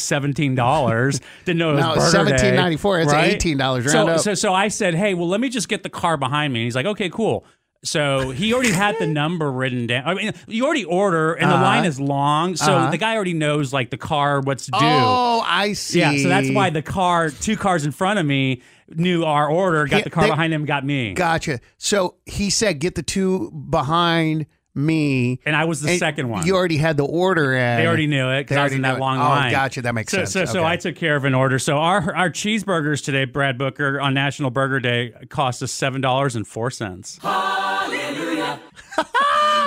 seventeen dollars. Didn't know it was No, it's burger day, $17.94. It's right? $18 So, round up. so, so I said, hey, well, let me just get the car behind me, and he's like, okay, cool. So he already had the number written down. I mean, you already order, and Uh-huh. the line is long, so the guy already knows like the car, what's due. Oh, I see. Yeah, so that's why the car, two cars in front of me, knew our order, got Yeah, the car they- behind him, got me. Gotcha. So he said, "Get the two behind me." and I was the And second one. You already had the order in. they already knew it They because I was already in knew that it. long oh, line. Gotcha. That makes so, sense. So, so Okay. I took care of an order. So our our cheeseburgers today, Brad Booker, on National Burger Day, cost us seven dollars and four cents.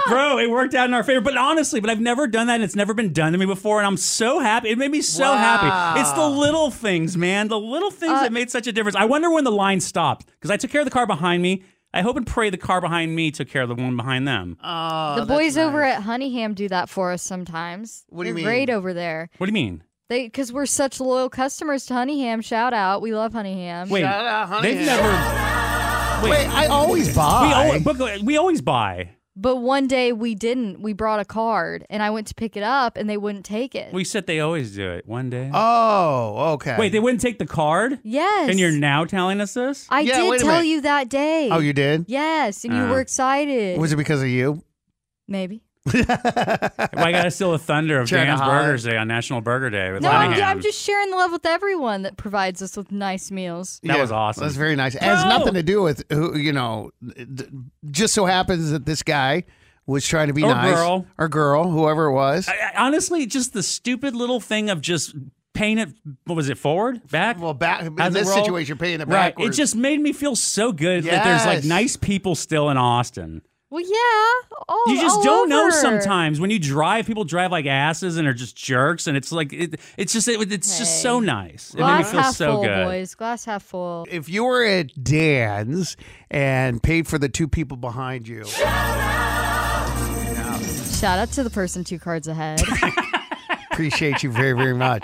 Bro, it worked out in our favor. But honestly, but I've never done that, and it's never been done to me before, and I'm so happy. It made me so happy. It's the little things, man. The little things Uh, that made such a difference. I wonder when the line stopped because I took care of the car behind me. I hope and pray the car behind me took care of the one behind them. Uh, Oh, the boys over at Honeyham do that for us sometimes. What do you They're mean? great over there. what do you mean? They because we're such loyal customers to Honeyham. Shout out, we love Honeyham. Wait, Shout out, honey. they've never. Wait, I always buy. We always, Oh, but we always buy. But one day we didn't. We brought a card, and I went to pick it up, and they wouldn't take it. We said they always do it one day. oh, okay. Wait, they wouldn't take the card? yes. And you're now telling us this? I Yeah, wait did a tell minute. you that day. Oh, you did. Yes, and you Uh. were excited. Was it because of you? Maybe. Why I got to steal the thunder of Trying to Dan's hide. Burgers Day on National Burger Day with No, I'm, Lanningham. I'm just sharing the love with everyone that provides us with nice meals. That was awesome. That's very nice. It has Bro! nothing to do with who you know. d- Just so happens that this guy was trying to be Or nice girl. or girl, whoever it was. I- I- honestly, just the stupid little thing of just paying it, what was it, forward? Back? well, back in How's it this roll? situation, paying it Right. backwards. It just made me feel so good that there's like Yes. nice people still in Austin. Well, yeah. All, You just all don't know over. sometimes when you drive, people drive like asses and are just jerks. And it's like, it, it's just, it, it's just Hey. so nice. It made me Glass feel half so full, good. boys. Glass half full. if you were at Dan's and paid for the two people behind you, Shout out to the person two cards ahead. appreciate you very, very much.